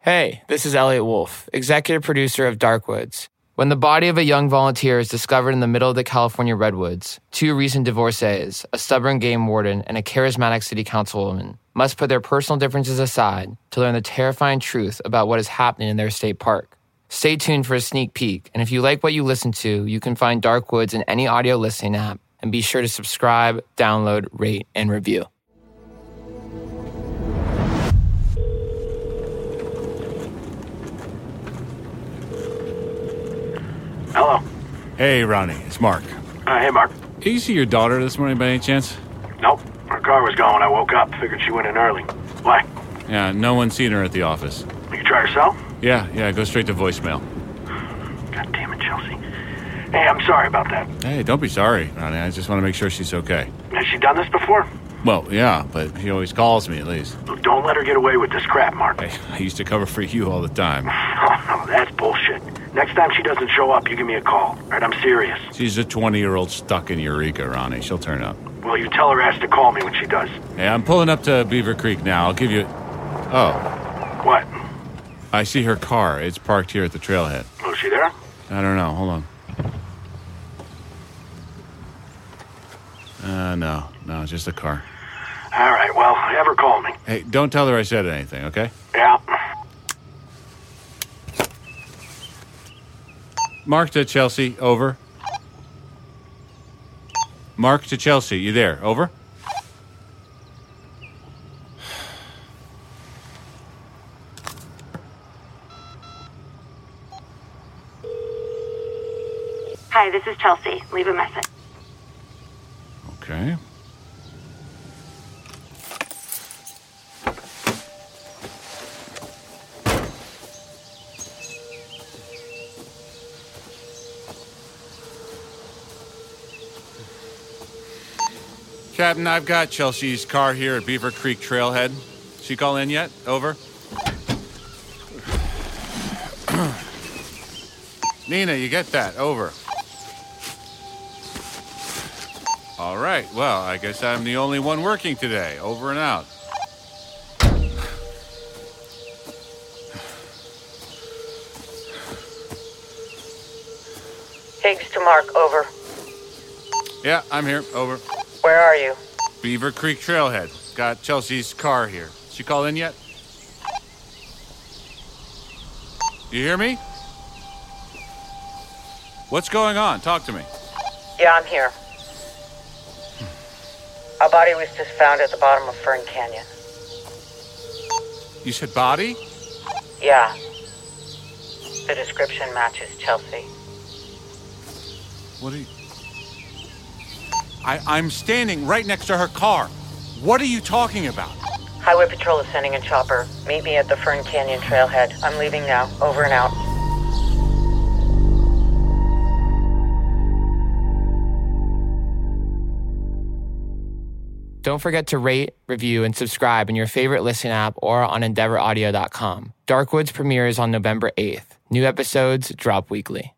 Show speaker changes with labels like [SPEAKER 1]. [SPEAKER 1] Hey, this is Elliot Wolf, executive producer of Darkwoods. When the body of a young volunteer is discovered in the middle of the California redwoods, two recent divorcees, a stubborn game warden and a charismatic city councilwoman, must put their personal differences aside to learn the terrifying truth about what is happening in their state park. Stay tuned for a sneak peek, and if you like what you listen to, you can find Darkwoods in any audio listening app, and be sure to subscribe, download, rate, and review.
[SPEAKER 2] Hello.
[SPEAKER 3] Hey, Ronnie, it's Mark.
[SPEAKER 2] Uh, hey, Mark.
[SPEAKER 3] Did you see your daughter this morning by any chance?
[SPEAKER 2] Nope. Her car was gone. I woke up. Figured she went in early. Why?
[SPEAKER 3] Yeah, no one's seen her at the office.
[SPEAKER 2] You try yourself?
[SPEAKER 3] Yeah, yeah, go straight to voicemail.
[SPEAKER 2] God damn it, Chelsea. Hey, I'm sorry about that.
[SPEAKER 3] Hey, don't be sorry, Ronnie. I just want to make sure she's okay.
[SPEAKER 2] Has she done this before?
[SPEAKER 3] Well, yeah, but she always calls me at least.
[SPEAKER 2] Look, Don't let her get away with this crap, Mark.
[SPEAKER 3] I, I used to cover for you all the time.
[SPEAKER 2] Oh, no, that's bullshit. Next time she doesn't show up, you give me a call. All right, I'm serious.
[SPEAKER 3] She's a 20 year old stuck in Eureka, Ronnie. She'll turn up.
[SPEAKER 2] Well, you tell her ass to call me when she does.
[SPEAKER 3] Hey, I'm pulling up to Beaver Creek now. I'll give you. Oh,
[SPEAKER 2] What?
[SPEAKER 3] I see her car. It's parked here at the trailhead.
[SPEAKER 2] Oh, is she there?
[SPEAKER 3] I don't know. Hold on. Uh, no, no, just the car.
[SPEAKER 2] All right, well, have her call me.
[SPEAKER 3] Hey, don't tell her I said anything, okay?
[SPEAKER 2] Yeah.
[SPEAKER 3] Mark to Chelsea, over. Mark to Chelsea, you there? Over.
[SPEAKER 4] Hi, this is Chelsea. Leave a message.
[SPEAKER 3] Okay. Captain, I've got Chelsea's car here at Beaver Creek Trailhead. She call in yet? Over. Nina, you get that? Over. All right. Well, I guess I'm the only one working today. Over and out.
[SPEAKER 5] Higgs to Mark, over.
[SPEAKER 3] Yeah, I'm here. Over.
[SPEAKER 5] Where are you?
[SPEAKER 3] Beaver Creek Trailhead. Got Chelsea's car here. She call in yet? You hear me? What's going on? Talk to me.
[SPEAKER 5] Yeah, I'm here. A body was just found at the bottom of Fern Canyon.
[SPEAKER 3] You said body?
[SPEAKER 5] Yeah. The description matches Chelsea.
[SPEAKER 3] What are you? I, I'm standing right next to her car. What are you talking about?
[SPEAKER 5] Highway Patrol is sending a chopper. Meet me at the Fern Canyon trailhead. I'm leaving now. Over and out.
[SPEAKER 1] Don't forget to rate, review, and subscribe in your favorite listen app or on EndeavorAudio.com. Darkwoods premieres on November 8th. New episodes drop weekly.